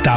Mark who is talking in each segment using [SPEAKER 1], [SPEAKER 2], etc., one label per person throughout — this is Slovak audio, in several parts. [SPEAKER 1] Tá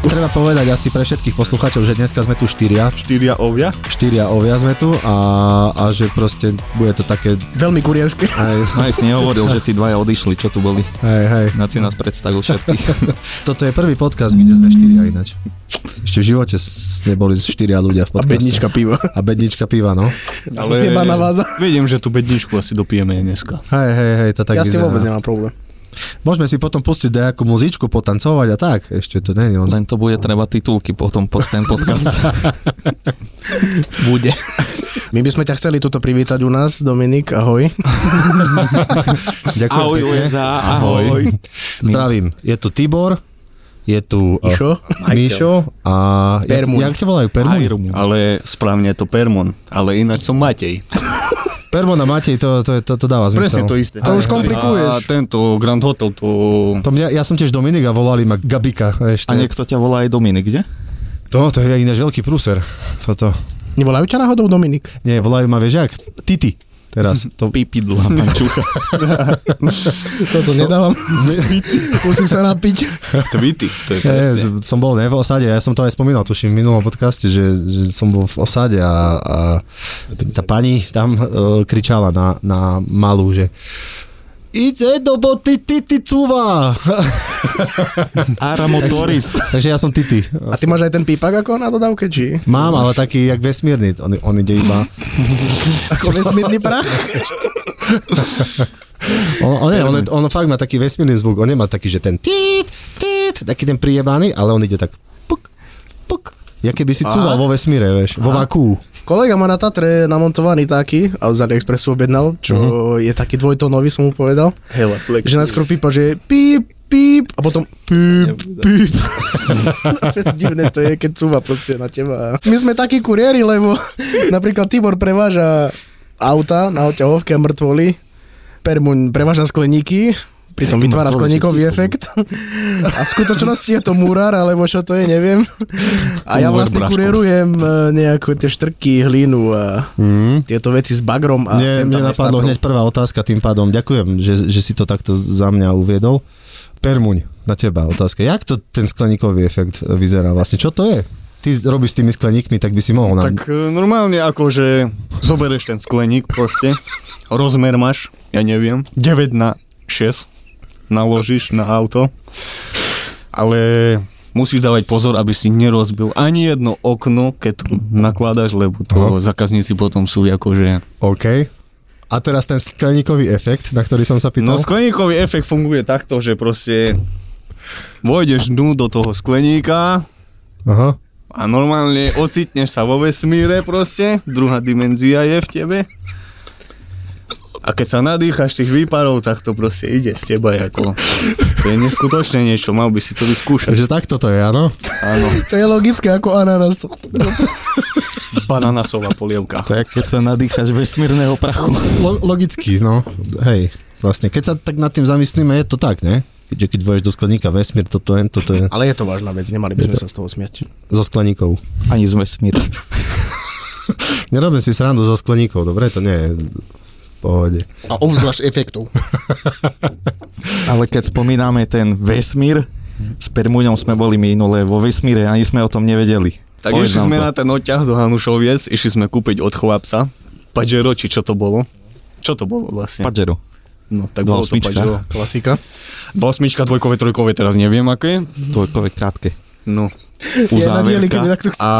[SPEAKER 2] Treba povedať asi pre všetkých poslucháčov, že dneska sme tu štyria.
[SPEAKER 3] Štyria ovia?
[SPEAKER 2] Štyria ovia sme tu a, a že proste bude to také...
[SPEAKER 4] Veľmi kurierské.
[SPEAKER 3] Aj, No, aj si nehovoril, že tí dvaja odišli, čo tu boli.
[SPEAKER 2] Hej, hej.
[SPEAKER 3] Na si nás predstavil všetkých.
[SPEAKER 2] Toto je prvý podcast, kde sme štyria ináč. Ešte v živote s- neboli štyria ľudia v
[SPEAKER 4] A
[SPEAKER 2] podcaste.
[SPEAKER 4] bednička piva.
[SPEAKER 2] A bednička piva, no.
[SPEAKER 4] Ale... Zjebaná váza.
[SPEAKER 5] Vidím, že tú bedničku asi dopijeme dneska.
[SPEAKER 2] Hej, hej, hej, to tak
[SPEAKER 4] ja si
[SPEAKER 2] vyzerá.
[SPEAKER 4] vôbec nemám problém.
[SPEAKER 2] Môžeme si potom pustiť nejakú muzičku, potancovať a tak. Ešte to nie je on.
[SPEAKER 3] Len to bude treba titulky potom pod ten podcast.
[SPEAKER 5] Bude.
[SPEAKER 4] My by sme ťa chceli tuto privítať u nás, Dominik, ahoj.
[SPEAKER 2] Ďakujem.
[SPEAKER 5] Ahoj,
[SPEAKER 2] pekne.
[SPEAKER 5] USA, ahoj.
[SPEAKER 2] Zdravím. Je tu Tibor, je tu eh,
[SPEAKER 4] Išo?
[SPEAKER 2] Mišo a... Jak,
[SPEAKER 4] Permun.
[SPEAKER 2] jak ťa volajú? Permun?
[SPEAKER 5] Ale správne je to Permon, ale ináč som Matej.
[SPEAKER 2] Permun a Matej, to, to, je- to, to dáva zmysel.
[SPEAKER 5] Presne to isté.
[SPEAKER 4] To už komplikuješ.
[SPEAKER 5] A tento Grand Hotel, to...
[SPEAKER 2] To mňa, ja som tiež Dominik a volali ma Gabika. Vieš,
[SPEAKER 3] A
[SPEAKER 2] ne-
[SPEAKER 3] niekto ťa volá aj Dominik, kde?
[SPEAKER 2] to, to je ináč veľký prúser. Toto.
[SPEAKER 4] Nevolajú ťa náhodou Dominik?
[SPEAKER 2] Nie, volajú ma, vieš jak? Titi. Teraz. To,
[SPEAKER 3] Pipidla, pančucha.
[SPEAKER 4] Toto nedávam. Musím sa napiť.
[SPEAKER 5] Tweety, to je
[SPEAKER 2] ja,
[SPEAKER 5] presne.
[SPEAKER 2] som bol ne, v osade, ja som to aj spomínal, tuším, v minulom podcaste, že, že som bol v osade a, a tá pani tam e, kričala na, na malú, že Ide do boty, titi, cuva.
[SPEAKER 3] Ara Motoris.
[SPEAKER 2] Takže ja som titi.
[SPEAKER 4] A ty máš aj ten pípak ako na dodávke, či?
[SPEAKER 2] Mám, ale taký jak vesmírny, on, on ide iba...
[SPEAKER 4] Ako vesmírny prach?
[SPEAKER 2] On, on, nie, on, on fakt má taký vesmírny zvuk, on nemá taký, že ten tít, tít, taký ten priebaný, ale on ide tak puk, puk. Ja keby si cúval vo vesmíre, vieš, vo vakú.
[SPEAKER 4] Kolega má na Tatre namontovaný taký, a z AliExpressu objednal, čo uh-huh. je taký dvojtónový, som mu povedal.
[SPEAKER 5] Hele, Plex.
[SPEAKER 4] Že najskôr pípa, že píp, píp, a potom píp, píp. Fest divné to je, keď cúva proste na teba. My sme takí kuriéri, lebo napríklad Tibor preváža auta na oťahovke a mŕtvoly, Permuň preváža skleníky, pritom vytvára skleníkový efekt. A v skutočnosti je to murár, alebo čo to je, neviem. A ja
[SPEAKER 3] Umor
[SPEAKER 4] vlastne
[SPEAKER 3] Braškovský.
[SPEAKER 4] kurierujem nejaké tie štrky, hlinu a tieto veci s bagrom a
[SPEAKER 2] Mne,
[SPEAKER 4] sem
[SPEAKER 2] Mm.
[SPEAKER 4] tam
[SPEAKER 2] mne napadlo
[SPEAKER 4] nestavrou.
[SPEAKER 2] hneď prvá otázka tým pádom. Ďakujem, že, že si to takto za mňa uviedol. Permuň, na teba otázka. Jak to ten skleníkový efekt vyzerá vlastne? Čo to je? Ty robíš s tými skleníkmi, tak by si mohol nám...
[SPEAKER 5] Tak e, normálne ako, že zoberieš ten skleník proste, rozmer máš, ja neviem, 9 na 6, naložíš na auto, ale musíš dávať pozor, aby si nerozbil ani jedno okno, keď nakladaš, lebo to zákazníci potom sú akože...
[SPEAKER 2] OK. A teraz ten skleníkový efekt, na ktorý som sa pýtal.
[SPEAKER 5] No skleníkový efekt funguje takto, že proste vojdeš dnu do toho skleníka,
[SPEAKER 2] Aha.
[SPEAKER 5] A normálne ocitneš sa vo vesmíre proste, druhá dimenzia je v tebe. A keď sa nadýchaš tých výparov, tak to proste ide z teba ako... To je neskutočné niečo, mal by si to vyskúšať.
[SPEAKER 2] Takže takto to je, áno?
[SPEAKER 4] To je logické ako ananas.
[SPEAKER 5] Bananasová polievka.
[SPEAKER 3] To je, keď sa nadýchaš vesmírneho prachu.
[SPEAKER 2] Lo- logicky, no. Hej, vlastne. Keď sa tak nad tým zamyslíme, je to tak, ne? Keďže keď vojdeš do skleníka vesmír, toto je, toto je
[SPEAKER 4] Ale je to vážna vec, nemali by sme sa z toho smiať.
[SPEAKER 2] zo skleníkov.
[SPEAKER 3] Ani z vesmíra.
[SPEAKER 2] Nerobím si srandu zo skleníkov, dobre? To nie je v pohode.
[SPEAKER 4] A obzvlášť efektov.
[SPEAKER 3] Ale keď spomíname ten vesmír, s Permuňom sme boli minulé vo vesmíre, ani sme o tom nevedeli.
[SPEAKER 5] Tak
[SPEAKER 3] Povedz
[SPEAKER 5] išli
[SPEAKER 3] nám
[SPEAKER 5] sme
[SPEAKER 3] to.
[SPEAKER 5] na ten odťah do Hanušoviec, išli sme kúpiť od chlapca. Pajero, či čo to bolo? Čo to bolo vlastne?
[SPEAKER 3] Pajero.
[SPEAKER 5] No, tak
[SPEAKER 3] Dva
[SPEAKER 5] bolo to
[SPEAKER 3] osmička.
[SPEAKER 5] Pajero.
[SPEAKER 4] Klasika.
[SPEAKER 5] Dva osmička, dvojkové, trojkové, teraz neviem aké.
[SPEAKER 3] Dvojkové krátke.
[SPEAKER 5] No,
[SPEAKER 4] na dielíky, tak
[SPEAKER 3] Uzávierka.
[SPEAKER 4] to chcem.
[SPEAKER 5] A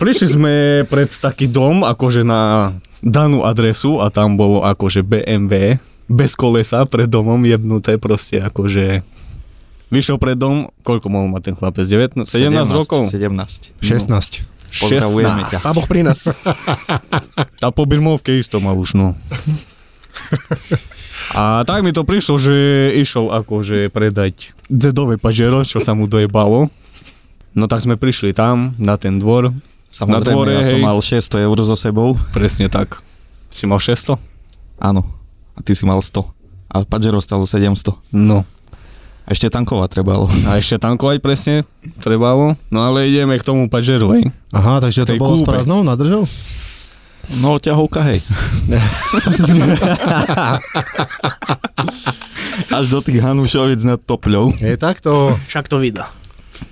[SPEAKER 5] prišli sme pred taký dom, akože na danú adresu a tam bolo akože BMW bez kolesa pred domom jebnuté proste akože vyšiel pred dom, koľko mohol mať ten chlapec? 19, 17, rokov?
[SPEAKER 3] 17.
[SPEAKER 2] 16.
[SPEAKER 5] 16.
[SPEAKER 3] Pozdravujeme ťa.
[SPEAKER 4] Pán Boh pri nás.
[SPEAKER 5] Tá po birmovke isto mal už, no. A tak mi to prišlo, že išiel akože predať dedové pažero, čo sa mu dojebalo. No tak sme prišli tam, na ten dvor.
[SPEAKER 3] Samozrejme,
[SPEAKER 5] na dvore,
[SPEAKER 3] ja som
[SPEAKER 5] hej.
[SPEAKER 3] mal 600 eur so sebou.
[SPEAKER 5] Presne tak. Si mal 600?
[SPEAKER 3] Áno. A ty si mal 100. A Pajero stalo 700.
[SPEAKER 5] No.
[SPEAKER 3] A ešte tankovať trebalo.
[SPEAKER 5] A ešte tankovať presne trebalo. No ale ideme k tomu pažeru, hej.
[SPEAKER 2] Aha, takže to
[SPEAKER 5] Tej
[SPEAKER 2] bolo s
[SPEAKER 5] kúpe.
[SPEAKER 2] prázdnou nadržou?
[SPEAKER 3] No, ťahovka, hej. Až do tých Hanušovic nad Topľou.
[SPEAKER 2] Je takto.
[SPEAKER 4] Však to vydá.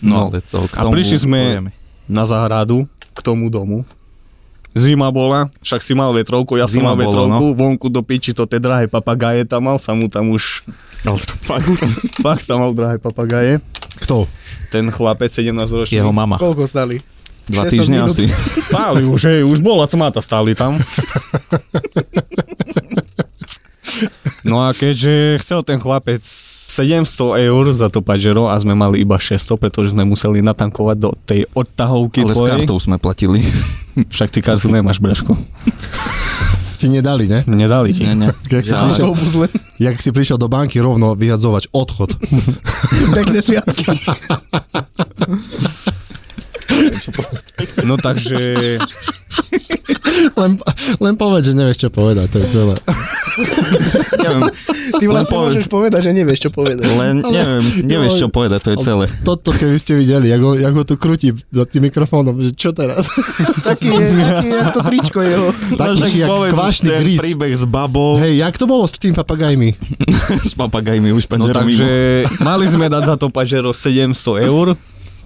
[SPEAKER 3] No, ale to, k
[SPEAKER 5] A
[SPEAKER 3] tomu
[SPEAKER 5] prišli sme-
[SPEAKER 3] povieme.
[SPEAKER 5] Na záhradu, k tomu domu. Zima bola, však si mal vetrovku, ja som
[SPEAKER 3] Zima
[SPEAKER 5] mal
[SPEAKER 3] bola,
[SPEAKER 5] vetrovku, no. vonku do piči to tie drahé papagaje tam mal, sa mu tam už... fakt, fakt tam mal drahé papagaje.
[SPEAKER 2] Kto?
[SPEAKER 5] Ten chlapec 17 ročný.
[SPEAKER 3] Jeho mama.
[SPEAKER 4] Koľko stali?
[SPEAKER 3] Dva
[SPEAKER 4] 16
[SPEAKER 3] týždne
[SPEAKER 4] minút.
[SPEAKER 3] asi.
[SPEAKER 5] Stáli už, hej, už bola cmata, stáli tam. No a keďže chcel ten chlapec 700 eur za to Pajero a sme mali iba 600, pretože sme museli natankovať do tej odtahovky
[SPEAKER 3] Ale s
[SPEAKER 5] tvojej.
[SPEAKER 3] kartou sme platili.
[SPEAKER 5] Však ty kartu nemáš, Braško.
[SPEAKER 2] Ti nedali, ne?
[SPEAKER 5] Nedali ti.
[SPEAKER 3] nie.
[SPEAKER 2] Keď si,
[SPEAKER 3] Ja,
[SPEAKER 2] prišiel,
[SPEAKER 4] To buzle.
[SPEAKER 2] jak si prišiel do banky rovno vyhadzovač odchod.
[SPEAKER 4] Pekné sviatky.
[SPEAKER 5] No takže
[SPEAKER 2] len, len povedz, že nevieš, čo povedať, to je celé.
[SPEAKER 3] neviem,
[SPEAKER 4] Ty vlastne
[SPEAKER 3] povedz.
[SPEAKER 4] môžeš povedať, že nevieš, čo povedať.
[SPEAKER 3] len neviem, nevieš, čo povedať, to je celé.
[SPEAKER 2] Toto, keby ste videli, jak ho, jak ho tu krúti za tým mikrofónom, že čo teraz?
[SPEAKER 4] Taký je, taký je, jak to tričko jeho.
[SPEAKER 2] Taký
[SPEAKER 3] No, však
[SPEAKER 2] jak
[SPEAKER 3] povedz už
[SPEAKER 2] kvašný
[SPEAKER 3] ten
[SPEAKER 2] grís.
[SPEAKER 3] príbeh s babou,
[SPEAKER 2] Hej, jak to bolo s tým papagajmi?
[SPEAKER 3] s papagajmi už
[SPEAKER 5] No
[SPEAKER 3] panžerom mimo.
[SPEAKER 5] takže mali sme dať za to Pajero 700 eur,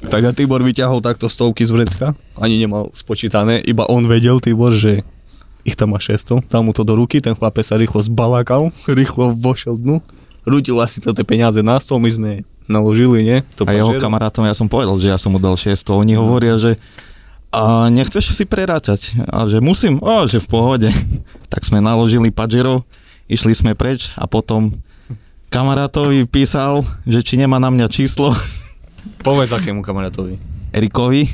[SPEAKER 5] tak a Tibor vyťahol takto stovky z vrecka, ani nemal spočítané, iba on vedel, Tibor, že ich tam má 600, dal mu to do ruky, ten chlapec sa rýchlo zbalakal, rýchlo vošiel dnu, rútil asi tie peniaze na stôl, my sme naložili, nie? To
[SPEAKER 3] A jeho
[SPEAKER 5] Pajero.
[SPEAKER 3] kamarátom ja som povedal, že ja som mu dal 600. Oni hovoria, že a nechceš si prerátať. A že musím, a že v pohode. Tak sme naložili Pajero, išli sme preč a potom kamarátovi písal, že či nemá na mňa číslo
[SPEAKER 5] Povedz akému kamarátovi.
[SPEAKER 3] Erikovi,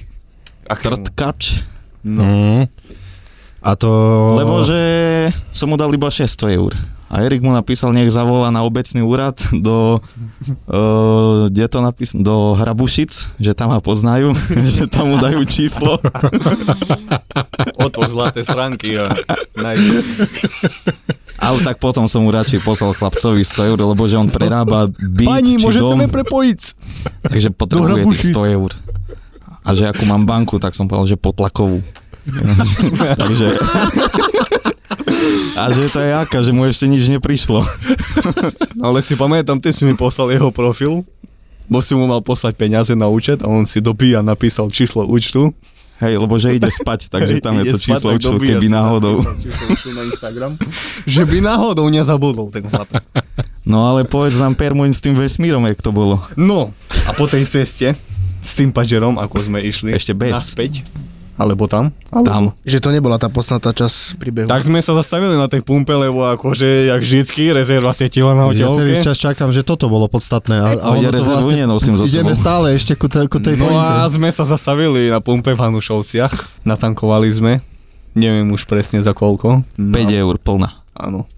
[SPEAKER 5] Akému?
[SPEAKER 3] trtkač,
[SPEAKER 2] Mm. A to...
[SPEAKER 3] No. lebo že som mu dal iba 600 eur. A Erik mu napísal, nech zavolá na obecný úrad do, uh, kde to napís- do Hrabušic, že tam ma poznajú, že tam mu dajú číslo.
[SPEAKER 5] Otvor zlaté stránky a nájde.
[SPEAKER 3] Ale tak potom som mu radšej poslal chlapcovi 100 eur, lebo že on prerába byt
[SPEAKER 5] Pani,
[SPEAKER 3] či
[SPEAKER 5] môžete
[SPEAKER 3] dom,
[SPEAKER 5] me prepojiť?
[SPEAKER 3] takže potrebuje
[SPEAKER 5] Hrabušic.
[SPEAKER 3] tých 100 eur. A že akú mám banku, tak som povedal, že potlakovú. takže... A že to je aká, že mu ešte nič neprišlo.
[SPEAKER 5] No, Ale si pamätám, ty si mi poslal jeho profil, bo si mu mal poslať peniaze na účet a on si dobíja napísal číslo účtu.
[SPEAKER 3] Hej, lebo že ide spať, takže tam je to číslo účtu, keby náhodou.
[SPEAKER 5] na Instagram. že by náhodou nezabudol ten chlapec.
[SPEAKER 3] No ale povedz nám Permuň s tým vesmírom, jak to bolo.
[SPEAKER 5] No, a po tej ceste s tým Pajerom, ako sme išli
[SPEAKER 3] Ešte bez.
[SPEAKER 5] naspäť, alebo tam,
[SPEAKER 3] Tam.
[SPEAKER 4] Že to nebola tá podstatná časť príbehu.
[SPEAKER 5] tak sme sa zastavili na tej pumpe, lebo akože, jak vždycky, rezerva svetila na
[SPEAKER 2] Ja celý
[SPEAKER 5] hotelovke.
[SPEAKER 2] čas čakám, že toto bolo podstatné. A, a
[SPEAKER 3] ja
[SPEAKER 2] ono to
[SPEAKER 3] rezervu
[SPEAKER 2] vlastne,
[SPEAKER 3] nenosím so
[SPEAKER 2] ideme
[SPEAKER 3] sebou.
[SPEAKER 2] stále ešte ku, te, ku tej
[SPEAKER 5] No a
[SPEAKER 2] pointe.
[SPEAKER 5] sme sa zastavili na pumpe v Hanušovciach, natankovali sme, neviem už presne za koľko.
[SPEAKER 3] 5 eur plná.
[SPEAKER 5] Áno.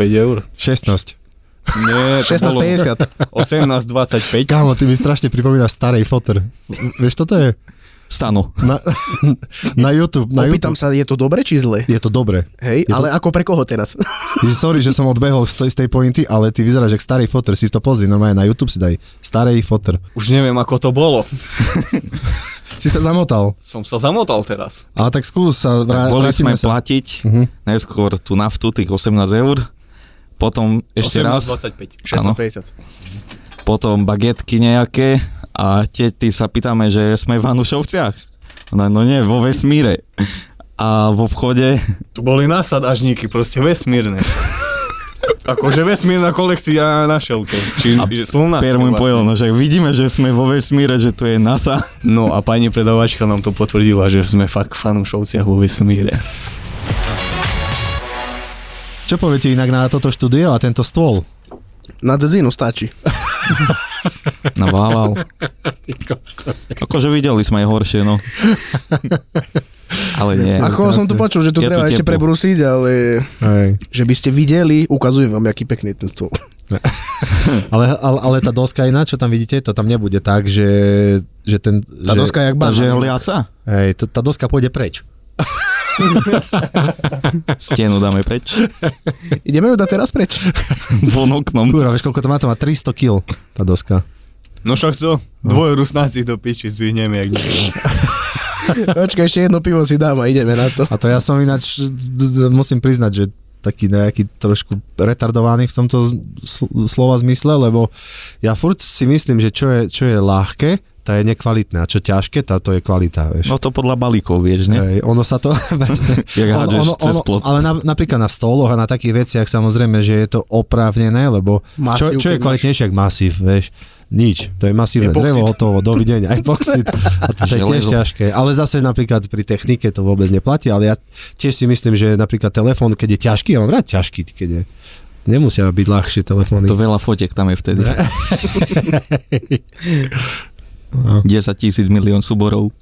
[SPEAKER 5] 5 eur?
[SPEAKER 2] 16.
[SPEAKER 5] Nie, to
[SPEAKER 4] 16,50.
[SPEAKER 5] bolo 18,25.
[SPEAKER 2] Kámo, ty mi strašne pripomínaš starej foter. Vieš, toto je
[SPEAKER 3] Stanu.
[SPEAKER 2] na, na YouTube. Na
[SPEAKER 4] Opýtam
[SPEAKER 2] YouTube.
[SPEAKER 4] sa, je to dobre či zle?
[SPEAKER 2] Je to dobre. Je
[SPEAKER 4] Hej,
[SPEAKER 2] to-
[SPEAKER 4] ale ako pre koho teraz?
[SPEAKER 2] Ježiš, sorry, že som odbehol z tej, z tej pointy, ale ty vyzeráš jak starý foter, si to pozri, normálne na YouTube si daj. Starý foter.
[SPEAKER 5] Už neviem, ako to bolo.
[SPEAKER 2] Si sa zamotal.
[SPEAKER 5] Som sa zamotal teraz.
[SPEAKER 2] A tak skús sa, vrá,
[SPEAKER 3] Boli
[SPEAKER 2] vrátime
[SPEAKER 3] sme
[SPEAKER 2] sa.
[SPEAKER 3] platiť najskôr tú naftu, tých 18 eur, potom ešte raz,
[SPEAKER 5] 25.
[SPEAKER 3] áno,
[SPEAKER 4] 50.
[SPEAKER 3] potom bagetky nejaké a tety sa pýtame, že sme v Hanušovciach. No, no nie, vo vesmíre. A vo vchode
[SPEAKER 5] Tu boli nasadažníky, proste vesmírne. Akože vesmírna kolekcia na šelke. Čiže slunná.
[SPEAKER 3] Pierre mu povedal, no, že vidíme, že sme vo vesmíre, že to je NASA.
[SPEAKER 5] No a pani predavačka nám to potvrdila, že sme fakt fanúšovciach vo vesmíre.
[SPEAKER 2] Čo poviete inak na toto štúdio a tento stôl?
[SPEAKER 4] Na dedzinu stačí.
[SPEAKER 3] Naválal. Akože videli sme aj horšie, no. Ale nie.
[SPEAKER 4] Ako som tu
[SPEAKER 2] krásne.
[SPEAKER 4] počul, že tu
[SPEAKER 3] Je tu
[SPEAKER 4] treba ešte
[SPEAKER 3] teplo.
[SPEAKER 4] prebrusiť, ale
[SPEAKER 2] Hej.
[SPEAKER 4] že by ste videli, ukazujem vám, aký pekný je ten stôl.
[SPEAKER 2] Ale, ale, ale tá doska iná, čo tam vidíte, to tam nebude tak, že, že ten...
[SPEAKER 3] Tá
[SPEAKER 2] že,
[SPEAKER 3] doska jak
[SPEAKER 2] tá,
[SPEAKER 3] bána.
[SPEAKER 2] že-
[SPEAKER 3] Takže hliaca.
[SPEAKER 2] Hej, to, tá doska pôjde preč.
[SPEAKER 3] Stenu dáme preč.
[SPEAKER 4] Ideme ju dať teraz preč.
[SPEAKER 3] Von oknom.
[SPEAKER 2] Kúra, vieš, koľko to má? To má 300 kg, tá doska.
[SPEAKER 5] No však to, dvoje rusnáci do piči zvihnem, jak nie.
[SPEAKER 4] Počkaj, ešte jedno pivo si dám a ideme na to.
[SPEAKER 2] A to ja som ináč, d- d- musím priznať, že taký nejaký trošku retardovaný v tomto z- sl- slova zmysle, lebo ja furt si myslím, že čo je, čo je ľahké, tá je nekvalitná, čo ťažké, tá to je kvalita, vieš.
[SPEAKER 3] No to podľa balíkov, vieš,
[SPEAKER 2] Hej,
[SPEAKER 3] ne?
[SPEAKER 2] ono sa to... presne,
[SPEAKER 3] Hm? Jak hádžeš cez plot.
[SPEAKER 2] Ale na, napríklad na stoloch a na takých veciach samozrejme, že je to oprávnené, lebo čo,
[SPEAKER 4] Masív,
[SPEAKER 2] čo je
[SPEAKER 4] keď máš.
[SPEAKER 2] kvalitnejšie ako masív, vieš? Nič, to je masívne
[SPEAKER 4] Epoxid.
[SPEAKER 2] drevo, hotovo, dovidenia, aj epoxid. A to, to je tiež
[SPEAKER 3] Železo.
[SPEAKER 2] ťažké. Ale zase napríklad pri technike to vôbec neplatí, ale ja tiež si myslím, že napríklad telefón, keď je ťažký, ja mám rád ťažký, keď je, nemusia byť ľahšie telefóny.
[SPEAKER 3] To veľa fotiek tam je vtedy.
[SPEAKER 4] No.
[SPEAKER 3] 10 tisíc milión súborov.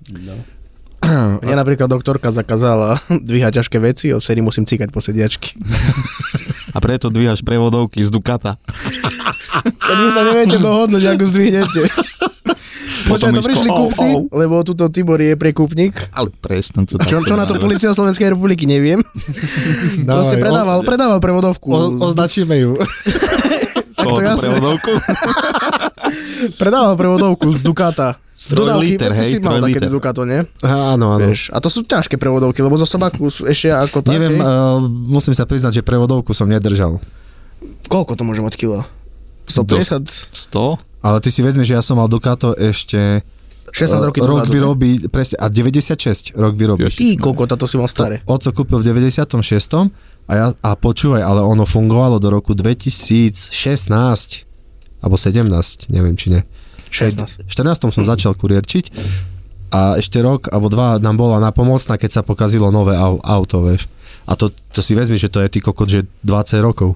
[SPEAKER 2] Mm.
[SPEAKER 4] Mne napríklad doktorka zakázala dvíhať ťažké veci, od vtedy musím cíkať po sediačky.
[SPEAKER 3] A preto dvíhaš prevodovky z Dukata.
[SPEAKER 4] Keď vy sa neviete dohodnúť, ako zdvihnete. Počkaj, to
[SPEAKER 3] Miško,
[SPEAKER 4] prišli
[SPEAKER 2] "Oh,
[SPEAKER 3] au,
[SPEAKER 4] kupci,
[SPEAKER 3] au.
[SPEAKER 4] lebo tuto Tibor je prekupník.
[SPEAKER 3] "Oh, Ale presne to
[SPEAKER 4] Čo, čo na to policia Slovenskej republiky, neviem. Proste predával, predával prevodovku.
[SPEAKER 2] O, označíme ju.
[SPEAKER 4] tak to jasné.
[SPEAKER 3] prevodovku?
[SPEAKER 4] Predával prevodovku z Dukata. Z dodávky,
[SPEAKER 3] trojliter,
[SPEAKER 4] ty
[SPEAKER 3] hej,
[SPEAKER 4] si mal
[SPEAKER 3] trojliter.
[SPEAKER 4] také Dukato, nie?
[SPEAKER 2] Áno, áno.
[SPEAKER 4] Vieš, a to sú ťažké prevodovky, lebo zo sobaku sú ešte ako také.
[SPEAKER 2] Neviem, uh, musím sa priznať, že prevodovku som nedržal.
[SPEAKER 4] koľko to môžem od kilo? 150?
[SPEAKER 3] 100?
[SPEAKER 2] Ale ty si vezmi, že ja som mal Ducato ešte
[SPEAKER 4] 16 rokov
[SPEAKER 2] eh, rok
[SPEAKER 4] dozadu.
[SPEAKER 2] vyrobí, presne, a 96 rok vyrobí.
[SPEAKER 4] Ty, koľko táto si mal staré.
[SPEAKER 2] Oco kúpil v 96. A, ja, a počúvaj, ale ono fungovalo do roku 2016 alebo 17, neviem či nie.
[SPEAKER 4] 16.
[SPEAKER 2] V 14. som začal kurierčiť a ešte rok alebo dva nám bola napomocná, keď sa pokazilo nové au- auto, vieš. A to, to si vezmi, že to je ty kokot, že 20 rokov,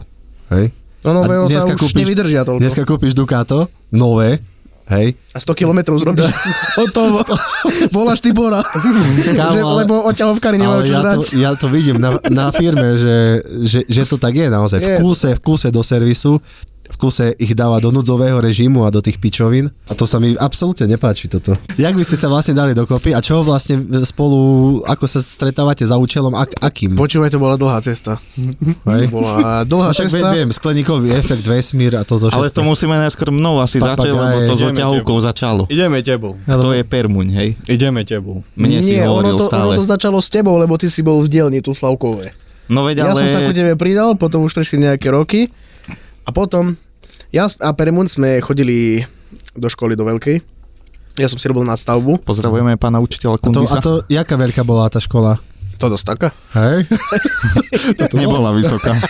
[SPEAKER 2] hej?
[SPEAKER 4] No nové
[SPEAKER 2] A
[SPEAKER 4] auta
[SPEAKER 2] dneska
[SPEAKER 4] už
[SPEAKER 2] kúpiš-
[SPEAKER 4] nevydržia toľko.
[SPEAKER 2] Dneska kúpiš Ducato, nové, hej,
[SPEAKER 4] A 100 kilometrov zrobíš. Hotovo. Voláš Tibora.
[SPEAKER 2] Kámo,
[SPEAKER 4] že,
[SPEAKER 2] ale-
[SPEAKER 4] lebo oťahovkári nemajú
[SPEAKER 2] Ale
[SPEAKER 4] čo
[SPEAKER 2] ja
[SPEAKER 4] žrať.
[SPEAKER 2] to, ja to vidím na, na firme, že, že, že to tak je naozaj. V
[SPEAKER 4] Je.
[SPEAKER 2] kúse, v kúse do servisu, v kúse ich dáva do núdzového režimu a do tých pičovín. A to sa mi absolútne nepáči toto. Jak by ste sa vlastne dali dokopy a čo vlastne spolu, ako sa stretávate za účelom, ak, akým?
[SPEAKER 4] Počúvaj, to bola dlhá cesta.
[SPEAKER 2] Hej?
[SPEAKER 4] Bola dlhá
[SPEAKER 2] No však viem,
[SPEAKER 4] cesta.
[SPEAKER 2] viem, skleníkový efekt, vesmír a toto
[SPEAKER 3] Ale to
[SPEAKER 2] všetko.
[SPEAKER 3] musíme najskôr mnou asi
[SPEAKER 2] Papagaje.
[SPEAKER 3] začať, lebo to s
[SPEAKER 5] Ideme
[SPEAKER 3] oťahovkou začalo.
[SPEAKER 5] Ideme tebou.
[SPEAKER 3] Kto je Permuň, hej?
[SPEAKER 5] Ideme tebou.
[SPEAKER 3] Mne si
[SPEAKER 4] Nie, ono
[SPEAKER 3] hovoril
[SPEAKER 4] to,
[SPEAKER 3] stále.
[SPEAKER 4] ono to začalo s tebou, lebo ty si bol v dielni tu Slavkové.
[SPEAKER 3] No veď,
[SPEAKER 4] Ja som
[SPEAKER 3] ale...
[SPEAKER 4] sa ku tebe pridal, potom už prešli nejaké roky a potom ja s- a Peremund sme chodili do školy do veľkej. Ja som si robil nadstavbu.
[SPEAKER 3] Pozdravujeme pána
[SPEAKER 2] A
[SPEAKER 3] učiteľa
[SPEAKER 2] to, a
[SPEAKER 3] Kundisa.
[SPEAKER 2] to, jaká veľká bola tá škola?
[SPEAKER 4] To dosť taká.
[SPEAKER 2] Hej?
[SPEAKER 3] Nebola vysoká.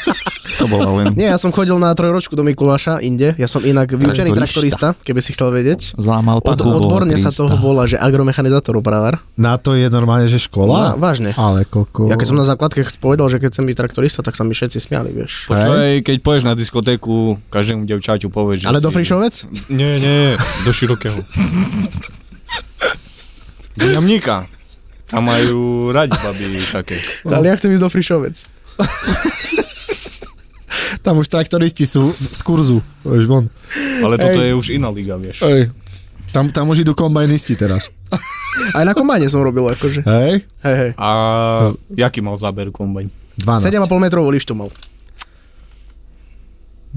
[SPEAKER 3] To bola len
[SPEAKER 4] Nie, ja som chodil na trojročku do Mikuláša, inde. Ja som inak vyučený
[SPEAKER 3] Traktorista.
[SPEAKER 4] traktorista, keby si chcel vedieť. Od,
[SPEAKER 3] zlámal paku.
[SPEAKER 4] odborne sa toho volá, že agromechanizátor opravár.
[SPEAKER 2] Na to je normálne, že škola?
[SPEAKER 4] Á, vážne.
[SPEAKER 2] Ale koľko...
[SPEAKER 4] Ja keď som na základke povedal, že keď chcem byť traktorista, tak sa mi všetci smiali, vieš.
[SPEAKER 5] Počkaj, keď pôjdeš na diskotéku, každému devčaťu povieš, že
[SPEAKER 4] Ale do
[SPEAKER 5] si-
[SPEAKER 4] Frišovec?
[SPEAKER 5] Nie, nie, do širokého. Do jamníka. Tam majú radi baby také.
[SPEAKER 4] Ale ja chcem ísť do Frišovec.
[SPEAKER 2] Tam už traktoristi sú z kurzu. Už von.
[SPEAKER 5] Ale toto je už iná liga, vieš.
[SPEAKER 2] Hej. Tam, tam už idú kombajnisti teraz.
[SPEAKER 4] Aj na kombajne som robil, akože.
[SPEAKER 2] Hej?
[SPEAKER 4] Hej, hej.
[SPEAKER 5] A jaký mal záber kombajn?
[SPEAKER 2] 12.
[SPEAKER 4] 7,5 metrov liš to mal.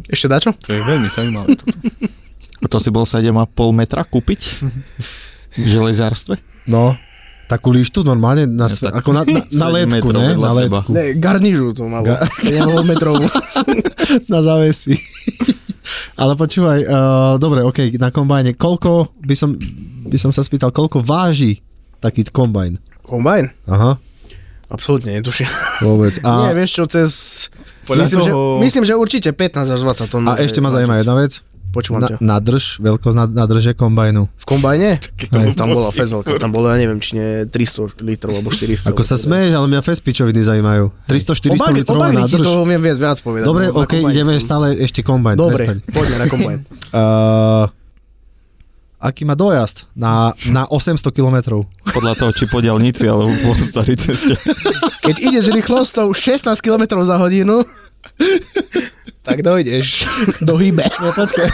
[SPEAKER 4] Ešte dačo?
[SPEAKER 5] To je veľmi zaujímavé. toto.
[SPEAKER 3] To si bol 7,5 metra kúpiť? V železárstve?
[SPEAKER 2] No. Takú líštu normálne, na, sve,
[SPEAKER 3] No, tak-
[SPEAKER 2] ako na, na, na
[SPEAKER 3] 7
[SPEAKER 2] létku,
[SPEAKER 3] metrov
[SPEAKER 2] ne?
[SPEAKER 3] vedľa
[SPEAKER 2] Na
[SPEAKER 3] seba.
[SPEAKER 2] létku.
[SPEAKER 4] Ne, garnižu to malo.
[SPEAKER 2] Ga-
[SPEAKER 4] 7,5 metrov.
[SPEAKER 2] Na závesi. Ale počúvaj, uh, dobre, ok, na kombajne, koľko, by som, by som sa spýtal, koľko váži taký kombajn?
[SPEAKER 4] Kombajn?
[SPEAKER 2] Aha,
[SPEAKER 4] Absolútne netuším.
[SPEAKER 2] vôbec.
[SPEAKER 4] A... Nie,
[SPEAKER 2] A,
[SPEAKER 4] vieš čo, cez...
[SPEAKER 5] Podľa
[SPEAKER 4] myslím,
[SPEAKER 5] toho-
[SPEAKER 4] že, myslím, že určite 15 až 20 tón.
[SPEAKER 2] a ešte ma zaujíma jedna vec.
[SPEAKER 4] počúvam
[SPEAKER 2] Na,
[SPEAKER 4] ťa.
[SPEAKER 2] nadrž, veľkosť nad, nadrže kombajnu.
[SPEAKER 4] V kombajne?
[SPEAKER 2] Hej.
[SPEAKER 4] Tam bola fezolka, tam bolo, ja neviem, či nie 300 litrov, alebo 400.
[SPEAKER 2] Ako sa
[SPEAKER 4] Teda.
[SPEAKER 2] smeješ, ale mňa fest pičoviny zavimajú. 300-400
[SPEAKER 4] O
[SPEAKER 2] litrová
[SPEAKER 4] bagri ti
[SPEAKER 2] nádrž.
[SPEAKER 4] to viem viac, viac povedať.
[SPEAKER 2] Dobre,
[SPEAKER 4] Na
[SPEAKER 2] ok,
[SPEAKER 4] kombajn
[SPEAKER 2] ideme
[SPEAKER 4] som.
[SPEAKER 2] stále ešte kombajn.
[SPEAKER 4] Dobre,
[SPEAKER 2] prestaň.
[SPEAKER 4] poďme na kombajn.
[SPEAKER 2] Uh, aký má dojazd na, na 800 km?
[SPEAKER 3] Podľa toho, či po diaľnici, alebo po starej ceste.
[SPEAKER 4] Keď ideš rýchlosťou 16 km za hodinu, tak dojdeš do hybe. No počkaj.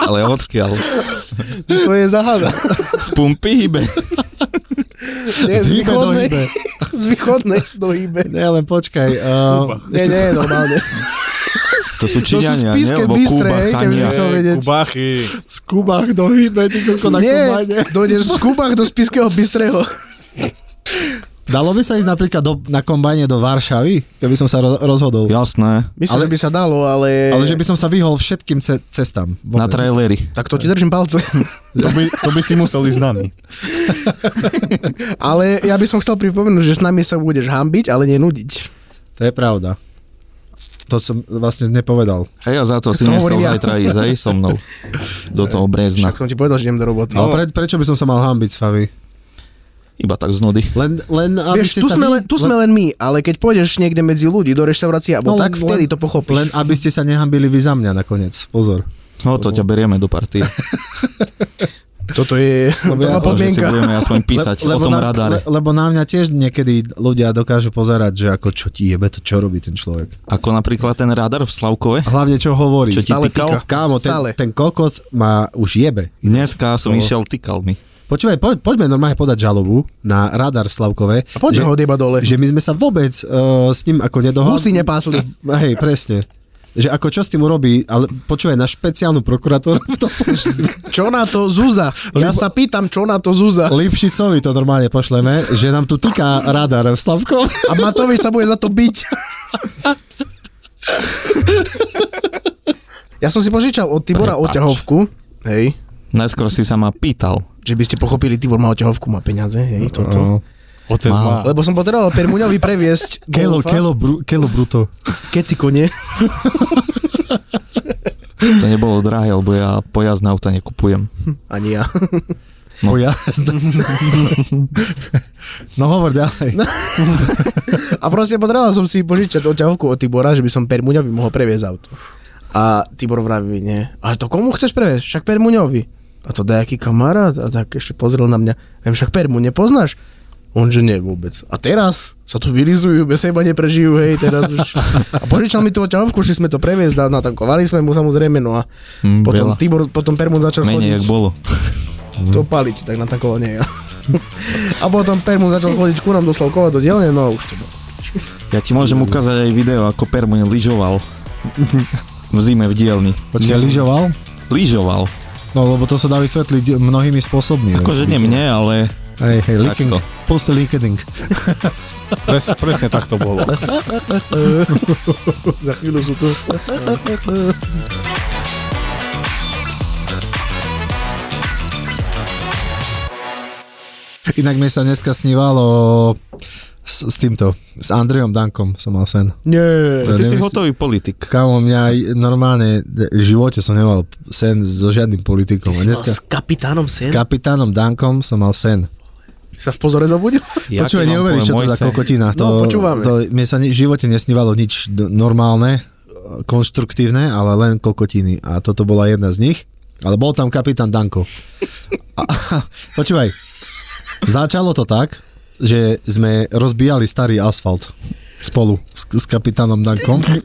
[SPEAKER 3] Ale odkiaľ?
[SPEAKER 4] No, To je zahada.
[SPEAKER 3] Z pumpy hybe.
[SPEAKER 4] Nie,
[SPEAKER 2] Z
[SPEAKER 4] z,
[SPEAKER 2] Hybe do
[SPEAKER 4] východnej,
[SPEAKER 2] Hybe.
[SPEAKER 4] z východnej do hybe.
[SPEAKER 2] Ne, len počkaj. Uh,
[SPEAKER 4] Nie, nie, normálne.
[SPEAKER 3] To
[SPEAKER 4] To
[SPEAKER 3] sú
[SPEAKER 4] sú
[SPEAKER 3] Číňania, nie?
[SPEAKER 4] spíske
[SPEAKER 3] Lebo
[SPEAKER 4] bystre,
[SPEAKER 3] Kuba,
[SPEAKER 4] hej, keby si
[SPEAKER 3] Chania.
[SPEAKER 4] chcel vedieť.
[SPEAKER 5] Kubachy.
[SPEAKER 2] z Kubách do Hybe, ty koľko na
[SPEAKER 4] Nie,
[SPEAKER 2] kombajne.
[SPEAKER 4] dojdeš z Kubách do Spiského Bystrého.
[SPEAKER 2] Dalo by sa ísť napríklad do, na kombajne do Varšavy, keby som sa ro- rozhodol.
[SPEAKER 3] Jasné.
[SPEAKER 4] Myslím,
[SPEAKER 2] Ale-
[SPEAKER 4] ale, že by sa dalo, ale...
[SPEAKER 2] Ale že by som sa vyhol všetkým ce- cestám.
[SPEAKER 3] Na trailery.
[SPEAKER 4] Tak to ti držím palce.
[SPEAKER 5] To by, to by si musel ísť s nami.
[SPEAKER 4] ale ja by som chcel pripomenúť, že s nami sa budeš hambiť, ale nenudiť.
[SPEAKER 2] To je pravda. To som vlastne nepovedal.
[SPEAKER 3] Hej, a za to si
[SPEAKER 4] To
[SPEAKER 3] nechcel
[SPEAKER 4] hovorím ja.
[SPEAKER 3] zajtra ísť, hej, so mnou. Do toho brezna.
[SPEAKER 4] Však som ti povedal, že idem do roboty.
[SPEAKER 2] Ale No. pre, prečo by som sa mal hambiť s vami?
[SPEAKER 3] Iba tak z nudy.
[SPEAKER 2] Len, len aby
[SPEAKER 4] Vieš,
[SPEAKER 2] ste
[SPEAKER 4] tu
[SPEAKER 2] sa
[SPEAKER 4] sme,
[SPEAKER 2] vy-
[SPEAKER 4] len, tu sme len my, ale keď pôjdeš niekde medzi ľudí do reštaurácie, alebo
[SPEAKER 2] No, len-
[SPEAKER 4] tak, vtedy
[SPEAKER 2] len-
[SPEAKER 4] to pochopíš.
[SPEAKER 2] Len aby ste sa nehambili vy za mňa nakoniec. Pozor.
[SPEAKER 3] No to ťa berieme do partie.
[SPEAKER 4] Toto je
[SPEAKER 2] Lebo ja-
[SPEAKER 4] prvá
[SPEAKER 3] To, že si
[SPEAKER 4] podmienka.
[SPEAKER 3] budeme aspoň písať o tom
[SPEAKER 2] na,
[SPEAKER 3] radáre.
[SPEAKER 2] le, lebo na mňa tiež niekedy ľudia dokážu pozerať, že ako čo ti jebe, to čo robí ten človek.
[SPEAKER 3] Ako napríklad ten radar v
[SPEAKER 2] A
[SPEAKER 3] Slavkove.
[SPEAKER 2] hlavne čo hovorí.
[SPEAKER 3] Čo ti
[SPEAKER 2] Stále
[SPEAKER 3] týkal?
[SPEAKER 2] týka. Kámo, ten,
[SPEAKER 4] Stále.
[SPEAKER 2] ten kokot ma už jebe.
[SPEAKER 3] Dneska som išiel tykal mi.
[SPEAKER 2] Počúvaj, po, poďme normálne podať žalobu na radar v Slavkové.
[SPEAKER 4] A poďme ho odjeba dole.
[SPEAKER 2] že my sme sa vôbec uh, s ním ako nedohodli.
[SPEAKER 4] Husy nepásli.
[SPEAKER 2] Hej, presne. Že ako čo s tým urobí, ale počúvaj, na špeciálnu prokurátora v tom
[SPEAKER 4] Čo na to Zuza? Ja sa pýtam, čo na to Zuza?
[SPEAKER 2] Lipšicovi to normálne pošleme, že nám tu týka radar v Slavkové.
[SPEAKER 4] A Matovič sa bude za to byť. Ja som si požičal od Tibora
[SPEAKER 3] Prepáč.
[SPEAKER 4] oťahovku. Hej.
[SPEAKER 3] Najskôr si sa ma pýtal.
[SPEAKER 4] Že by ste pochopili, Tibor má oťahovku, má peniaze, hej, toto.
[SPEAKER 2] No,
[SPEAKER 5] Otec má.
[SPEAKER 4] Lebo som potreboval Permuňovi previesť
[SPEAKER 2] Kelo,
[SPEAKER 4] golfa.
[SPEAKER 2] kelo, bru, kelo bruto.
[SPEAKER 4] Keci kone.
[SPEAKER 3] To nebolo drahé, lebo ja pojazd na auta nekupujem.
[SPEAKER 4] Ani ja.
[SPEAKER 3] No.
[SPEAKER 2] No. no hovor ďalej.
[SPEAKER 4] A proste potreboval som si požičať oťahovku od Tibora, že by som Permuňovi mohol previesť auto. A Tibor vraví, nie. Ale to komu chceš previesť? Však Permuňovi. A to dajaký kamarát a tak ešte pozrel na mňa. Viem, však Permu nepoznáš? On že nie vôbec. A teraz sa tu vylizujú, bez seba neprežijú, hej, teraz už. A požičal mi tú oťahovku, že sme to previesť, a natankovali sme mu samozrejme, no a
[SPEAKER 3] Mm,
[SPEAKER 4] potom
[SPEAKER 3] veľa.
[SPEAKER 4] Tibor, potom Permun začal
[SPEAKER 3] Menej, jak
[SPEAKER 4] chodiť
[SPEAKER 3] bolo.
[SPEAKER 4] to palič, tak natankoval nie ja. a potom Permun začal chodiť ku nám do Slavkova, do dielne, no a už to bolo.
[SPEAKER 3] Ja ti môžem ukázať aj video, ako Permuň lyžoval. V zime v dielni.
[SPEAKER 2] Počkaj, lyžoval?
[SPEAKER 3] Lyžoval.
[SPEAKER 2] No lebo to sa dá vysvetliť mnohými spôsobmi.
[SPEAKER 3] Akože nie mne, ale
[SPEAKER 2] Hej, hej, leaking.
[SPEAKER 3] Takto.
[SPEAKER 2] Pulse leaking.
[SPEAKER 5] Presne, presne tak to bolo.
[SPEAKER 4] Za chvíľu sú tu.
[SPEAKER 2] Inak mi sa dneska snívalo s, s týmto, s Andrejom Dankom som mal sen.
[SPEAKER 4] Nie.
[SPEAKER 2] To
[SPEAKER 3] ty si
[SPEAKER 2] nemyslí-
[SPEAKER 3] hotový politik.
[SPEAKER 2] Kámo, mňa aj normálne v živote som nemal sen so žiadnym politikom. A dneska
[SPEAKER 4] S kapitánom
[SPEAKER 2] s
[SPEAKER 4] sen?
[SPEAKER 2] kapitánom Dankom som mal sen.
[SPEAKER 4] Sa v pozore zabudil?
[SPEAKER 3] Ja
[SPEAKER 2] Počúvaj,
[SPEAKER 3] keď vám
[SPEAKER 2] neuveríš, čo
[SPEAKER 3] poviem
[SPEAKER 2] to
[SPEAKER 3] môj
[SPEAKER 2] za
[SPEAKER 3] sen.
[SPEAKER 2] kokotina. To,
[SPEAKER 4] No, počúvame.
[SPEAKER 2] To, mne sa ni- v živote nesnívalo nič d- normálne, e, konštruktívne, ale len kokotiny. A toto bola jedna z nich. Ale bol tam kapitán Danko. A, počúvaj, začalo to tak, že sme rozbijali starý asfalt spolu s, s kapitánom Dankom. Hej.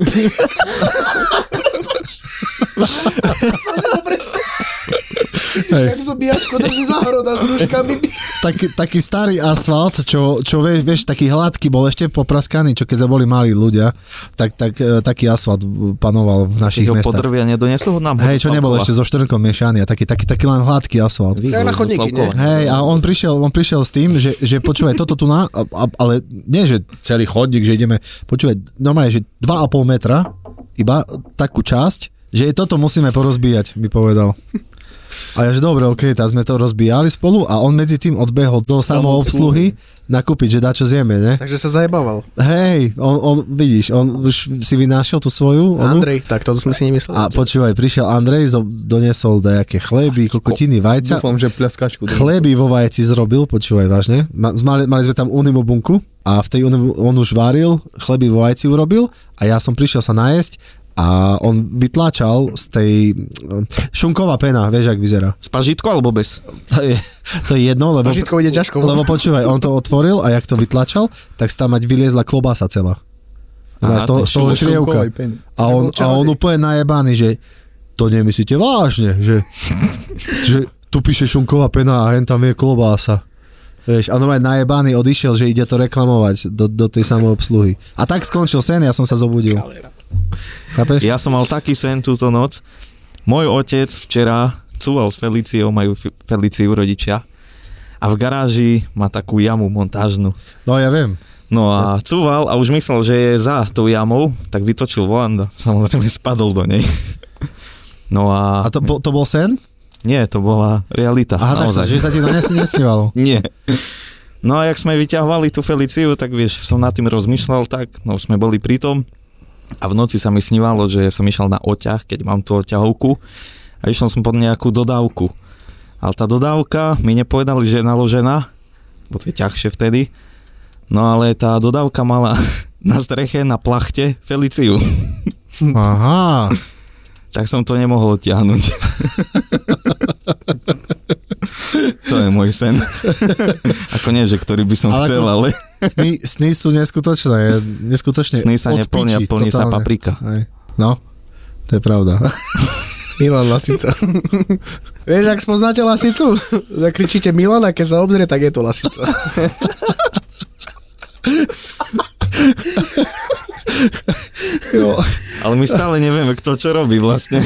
[SPEAKER 4] Jak zobíjačko drží záhroda s ruškami.
[SPEAKER 2] taký, taký starý asfalt, čo, čo vieš, vieš, taký hladký bol ešte popraskaný, čo keď sa boli malí ľudia, tak, tak e, taký asfalt panoval v
[SPEAKER 3] Či
[SPEAKER 2] našich
[SPEAKER 3] ho
[SPEAKER 2] mestách.
[SPEAKER 3] podrvia nedonesú ho nám.
[SPEAKER 2] Hej, čo nebol ešte so štrnkom miešaný a taký, taký, taký len hladký asfalt.
[SPEAKER 4] Jak na chodníky, nie?
[SPEAKER 2] Hej, a on prišiel, on prišiel s tým, že, že počúvaj, toto tu na, a, a, ale nie, že celý chodník, že ideme, počúvaj, normálne, že 2,5 metra, iba takú časť, že jej toto musíme porozbíjať, mi povedal. A ja, že dobre, ok, tak sme to rozbíjali spolu a on medzi tým odbehol do samoobsluhy, nakúpiť, že dá čo zjeme, ne?
[SPEAKER 4] Takže sa zajebával.
[SPEAKER 2] Hej, on, on, vidíš, on už si vynášiel tú svoju, onu?
[SPEAKER 4] Andrej, tak to sme si nemysleli.
[SPEAKER 2] A počúvaj, prišiel Andrej, zo- donesol nejaké chleby, kokotiny, vajca.
[SPEAKER 5] Dúfam, že pleskačku.
[SPEAKER 2] Chleby vo vajci zrobil, počúvaj, vážne. Ma- Mali, mali sme tam unimo bunku a v tej unimo, on už varil, chleby vo vajci urobil a ja som prišiel sa najesť a on vytláčal z tej mm, šunková pena, vieš, ak vyzerá.
[SPEAKER 3] S pažitkou alebo bez?
[SPEAKER 2] To je, to je jedno, lebo,
[SPEAKER 4] Pažitkou ide ťažko.
[SPEAKER 2] lebo počúvaj, on to otvoril a jak to vytlačal, tak tam mať vyliezla klobása celá. Aha, z toho, z toho
[SPEAKER 3] to je
[SPEAKER 5] šunkovej
[SPEAKER 2] črievka.
[SPEAKER 5] pene.
[SPEAKER 2] A on,
[SPEAKER 4] bol
[SPEAKER 2] a on
[SPEAKER 4] čarodej.
[SPEAKER 2] úplne najebaný, že to nemyslíte vážne, že, že tu píše šunková pena a hen tam je klobása. Vieš, a normálne najebaný odišiel, že ide to reklamovať do, do tej samoobsluhy. A tak skončil sen, ja som sa zobudil. Chápeš?
[SPEAKER 3] Ja som mal taký sen túto noc. Môj otec včera cúval s Feliciou, majú F- Feliciu rodičia. A v garáži má takú jamu montážnu.
[SPEAKER 2] No ja viem.
[SPEAKER 3] No a cúval a už myslel, že je za tou jamou, tak vytočil volant a samozrejme spadol do nej. No a...
[SPEAKER 2] A to, bol- to bol sen?
[SPEAKER 3] Nie, to bola realita.
[SPEAKER 2] Aha, tak,
[SPEAKER 3] naozaj.
[SPEAKER 2] že sa ti to nes- nesnívalo.
[SPEAKER 3] Nie. No a jak sme vyťahovali tú Feliciu, tak vieš, som nad tým rozmýšľal tak, no sme boli pri tom a v noci sa mi snívalo, že som išiel na oťah, keď mám tú oťahovku a išiel som pod nejakú dodávku. Ale tá dodávka, mi nepovedali, že je naložená, bo to je ťažšie vtedy, no ale tá dodávka mala na streche, na plachte Feliciu.
[SPEAKER 2] Aha.
[SPEAKER 3] Tak som to nemohol odtiahnuť. to je môj sen. Ako nie, že ktorý by
[SPEAKER 2] Ale
[SPEAKER 3] som
[SPEAKER 2] ako-
[SPEAKER 3] chcel, ale
[SPEAKER 2] Sny, sny sú neskutočné, je neskutočne
[SPEAKER 3] sny sa neplnia,
[SPEAKER 2] odpiči,
[SPEAKER 3] plní sa
[SPEAKER 2] totálne.
[SPEAKER 3] paprika.
[SPEAKER 2] Hej. No, to je pravda.
[SPEAKER 4] Milan Lasica. Vieš, ak spoznáte Lasicu, zakričíte Milan a keď sa obzrie, tak je to Lasica.
[SPEAKER 2] jo.
[SPEAKER 3] Ale my stále nevieme, kto čo robí vlastne.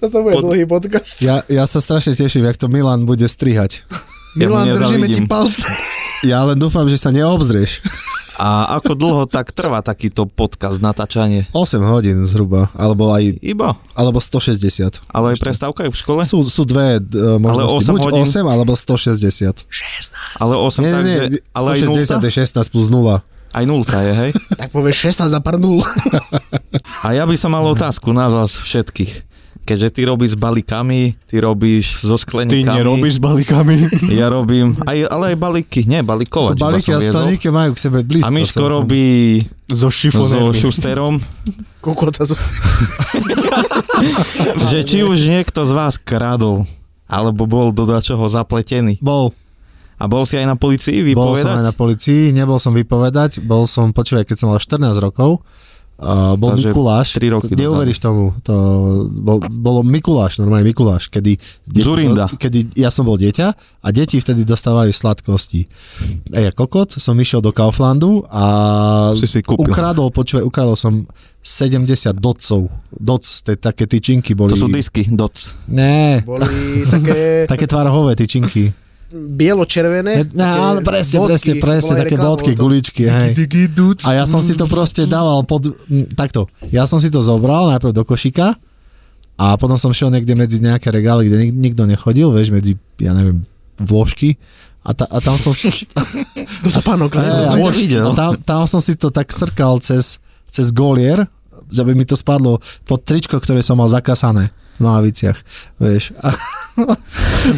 [SPEAKER 4] Toto bude
[SPEAKER 3] Pod-
[SPEAKER 4] dlhý podcast.
[SPEAKER 2] Ja, ja sa strašne teším, jak to Milan bude strihať.
[SPEAKER 3] Ja mu
[SPEAKER 4] Milan, držíme ti
[SPEAKER 3] nezavidím.
[SPEAKER 4] palce.
[SPEAKER 2] Ja len dúfam, že sa neobzrieš.
[SPEAKER 3] A ako dlho tak trvá takýto podcast, natáčanie?
[SPEAKER 2] 8 hodín zhruba, alebo aj
[SPEAKER 3] Iba,
[SPEAKER 2] alebo 160.
[SPEAKER 3] ale aj prestávka je v škole,
[SPEAKER 2] Sú, sú dve uh, možnosti,
[SPEAKER 3] 8
[SPEAKER 2] buď
[SPEAKER 3] hodín.
[SPEAKER 2] 8 alebo 160.
[SPEAKER 3] ale
[SPEAKER 2] Nie,
[SPEAKER 3] 8
[SPEAKER 2] nie,
[SPEAKER 3] tak,
[SPEAKER 2] nie,
[SPEAKER 3] že- ale aj
[SPEAKER 2] 160
[SPEAKER 3] nulta,
[SPEAKER 2] je 16 plus 0.
[SPEAKER 3] aj nulta je, hej?
[SPEAKER 4] Tak povieš 16 za prdul.
[SPEAKER 3] A ja by som mal otázku na vás všetkých. Keďže ty robíš s balíkami, ty robíš so
[SPEAKER 5] Ty
[SPEAKER 3] skleníkami.
[SPEAKER 5] nerobíš s balíkami.
[SPEAKER 3] Ja robím, aj, ale aj balíky, nie, balíkovač. iba
[SPEAKER 2] Balíky
[SPEAKER 3] som
[SPEAKER 2] a
[SPEAKER 3] viezol.
[SPEAKER 2] skleníky majú k sebe blízko.
[SPEAKER 3] A Miško
[SPEAKER 2] celkom.
[SPEAKER 3] robí
[SPEAKER 5] so
[SPEAKER 3] so
[SPEAKER 5] šifonermi.
[SPEAKER 3] Šusterom,
[SPEAKER 4] Kokota zo...
[SPEAKER 3] že či už niekto z vás kradol, alebo bol do dačoho zapletený.
[SPEAKER 2] Bol,
[SPEAKER 3] A bol si aj na policii
[SPEAKER 2] bol som aj
[SPEAKER 3] vypovedať?
[SPEAKER 2] na policii, nebol som vypovedať, bol som, počúvaj, keď som mal 14 rokov, uh, bol
[SPEAKER 3] Takže
[SPEAKER 2] Mikuláš,
[SPEAKER 3] tri roky
[SPEAKER 2] to- neuveríš tomu, to bol, bolo Mikuláš, normálne Mikuláš, kedy,
[SPEAKER 3] Zurinda.
[SPEAKER 2] kedy ja som bol dieťa a deti vtedy dostávajú sladkosti. A ja kokot, som išiel do Kauflandu a
[SPEAKER 3] Si si kúpil.
[SPEAKER 2] ukradol, počúvaj, ukradol som 70 docov, doc, tie také tyčinky boli.
[SPEAKER 3] To sú disky, doc.
[SPEAKER 2] Né,
[SPEAKER 4] Boli také
[SPEAKER 2] také tvarhové tyčinky.
[SPEAKER 4] bielo-červené.
[SPEAKER 2] No,
[SPEAKER 4] také
[SPEAKER 2] áno, presne,
[SPEAKER 4] bodky.
[SPEAKER 2] presne, presne,
[SPEAKER 4] Bola aj
[SPEAKER 2] také
[SPEAKER 4] reklama,
[SPEAKER 2] bodky,
[SPEAKER 4] bolo to.
[SPEAKER 2] guličky, hej. A ja som si to proste dával pod... m, Takto, ja som si to zobral najprv do košíka a potom som šiel niekde medzi nejaké regály, kde nik- nikto nechodil, vieš, medzi, ja neviem, vložky a, ta, a tam som... no
[SPEAKER 4] To pánok,
[SPEAKER 2] a,
[SPEAKER 4] ne?
[SPEAKER 2] a,
[SPEAKER 3] som nevidel.
[SPEAKER 2] a No, tam, tam som si to tak srkal cez, cez golier, že by mi to spadlo pod tričko, ktoré som mal zakasané v nohaviciach, vieš. A,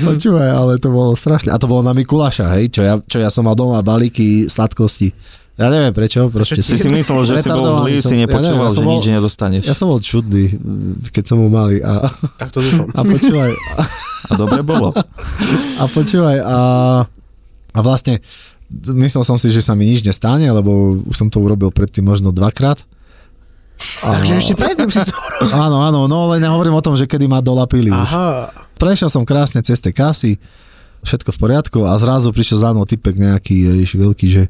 [SPEAKER 2] počúvaj, ale to bolo strašné. A to bolo na Mikuláša, hej, čo ja, čo ja som mal doma, balíky, sladkosti. Ja neviem prečo, proste
[SPEAKER 3] Si si myslel, že si bol
[SPEAKER 2] Retardovaný som.
[SPEAKER 3] zlý, si
[SPEAKER 2] Ja neviem,
[SPEAKER 3] nepočúval,
[SPEAKER 2] ja som
[SPEAKER 3] že
[SPEAKER 2] bol-
[SPEAKER 3] nič nedostaneš.
[SPEAKER 2] ja som bol čudný, keď som mu mali a,
[SPEAKER 4] Tak to dúfam.
[SPEAKER 2] a počúvaj, a,
[SPEAKER 3] A dobre bolo.
[SPEAKER 2] a počúvaj a, a vlastne myslel som si, že sa mi nič nestane, lebo už som to urobil predtým možno dvakrát. A,
[SPEAKER 4] Takže ešte predtým si to...
[SPEAKER 2] Áno, áno, no len ja hovorím o tom, že kedy ma dolapili už.
[SPEAKER 4] Aha.
[SPEAKER 2] Prešiel som krásne cez tie kasy, všetko v poriadku a zrazu prišiel za mnou typek nejaký, ježiš, veľký, že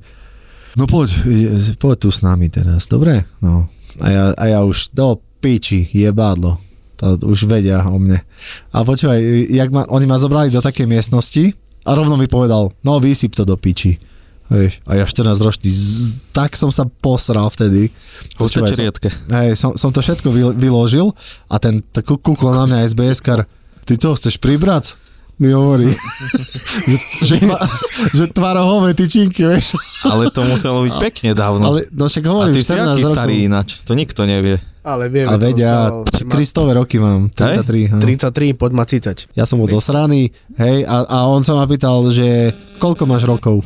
[SPEAKER 2] no poď, je- poď tu s nami teraz, dobre? No. A ja, a ja už do piči, jebádlo. To už vedia o mne. A počúvaj, jak ma, oni ma zobrali do takej miestnosti a rovno mi povedal, no vysyp to do piči. Vieš, a ja 14 ročný, z, tak som sa posral vtedy.
[SPEAKER 3] Husté
[SPEAKER 2] Počúvaj, som-
[SPEAKER 3] čriedke.
[SPEAKER 2] Hej, som, som to všetko vyl- vyložil a ten t- kú- kúkol na mňa SBS-kar, ty čo, chceš pribrať? mi hovorí, že, že, tva, že tvarohové tyčinky, vieš.
[SPEAKER 3] Ale to muselo byť pekne dávno.
[SPEAKER 2] Ale no však
[SPEAKER 3] a
[SPEAKER 2] hovorím,
[SPEAKER 3] ty
[SPEAKER 2] 17
[SPEAKER 3] si aký
[SPEAKER 2] rokov.
[SPEAKER 3] starý ináč? To nikto nevie.
[SPEAKER 4] Ale vieme.
[SPEAKER 2] A
[SPEAKER 4] to
[SPEAKER 2] vedia,
[SPEAKER 4] znal, že má
[SPEAKER 2] Kristové roky mám, no. 33. áno.
[SPEAKER 4] 33, poď ma cicať.
[SPEAKER 2] Ja som bol dosraný, hej, a, a on sa ma pýtal, že koľko máš rokov?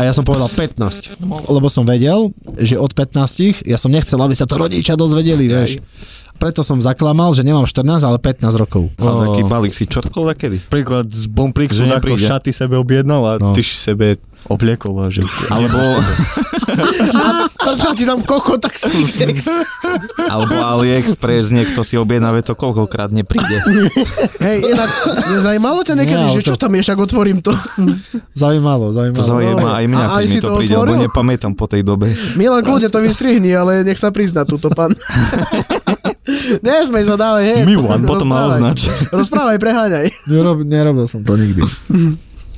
[SPEAKER 2] A ja som povedal 15, lebo som vedel, že od 15, ja som nechcel, aby sa to rodičia dozvedeli, vieš. Preto som zaklamal, že nemám 14, ale 15 rokov.
[SPEAKER 3] A taký balík si črkol kedy?
[SPEAKER 5] Príklad z bombrík, že
[SPEAKER 3] Že
[SPEAKER 5] ako
[SPEAKER 3] nepríde.
[SPEAKER 5] šaty sebe objednal a
[SPEAKER 2] No.
[SPEAKER 5] ty si sebe obliekol a že...
[SPEAKER 3] Alebo,
[SPEAKER 4] Trčal ti tam koko, tak si
[SPEAKER 3] alebo AliExpress, niekto si objedná, vie to koľkokrát
[SPEAKER 2] No,
[SPEAKER 3] nepríde.
[SPEAKER 4] Hej, inak nezajímalo ťa niekedy,
[SPEAKER 2] Nie, ale
[SPEAKER 4] že
[SPEAKER 2] to-
[SPEAKER 4] čo tam je, však otvorím to.
[SPEAKER 2] Zaujímalo, zaujímalo.
[SPEAKER 3] To zaujíma aj mňa,
[SPEAKER 4] A
[SPEAKER 3] keď
[SPEAKER 4] aj
[SPEAKER 3] mi
[SPEAKER 4] si
[SPEAKER 3] to
[SPEAKER 4] to
[SPEAKER 3] príde, lebo
[SPEAKER 4] otvoril?
[SPEAKER 3] nepamätám po tej dobe.
[SPEAKER 4] Milan, kľudne to vystrihni, ale nech sa prizna túto pán. Nesmej sa dávať, hej.
[SPEAKER 3] Milan,
[SPEAKER 2] no,
[SPEAKER 3] potom ma
[SPEAKER 4] rozprávaj.
[SPEAKER 3] označ.
[SPEAKER 4] Rozprávaj, preháňaj.
[SPEAKER 2] Nerob, nerobil som to nikdy.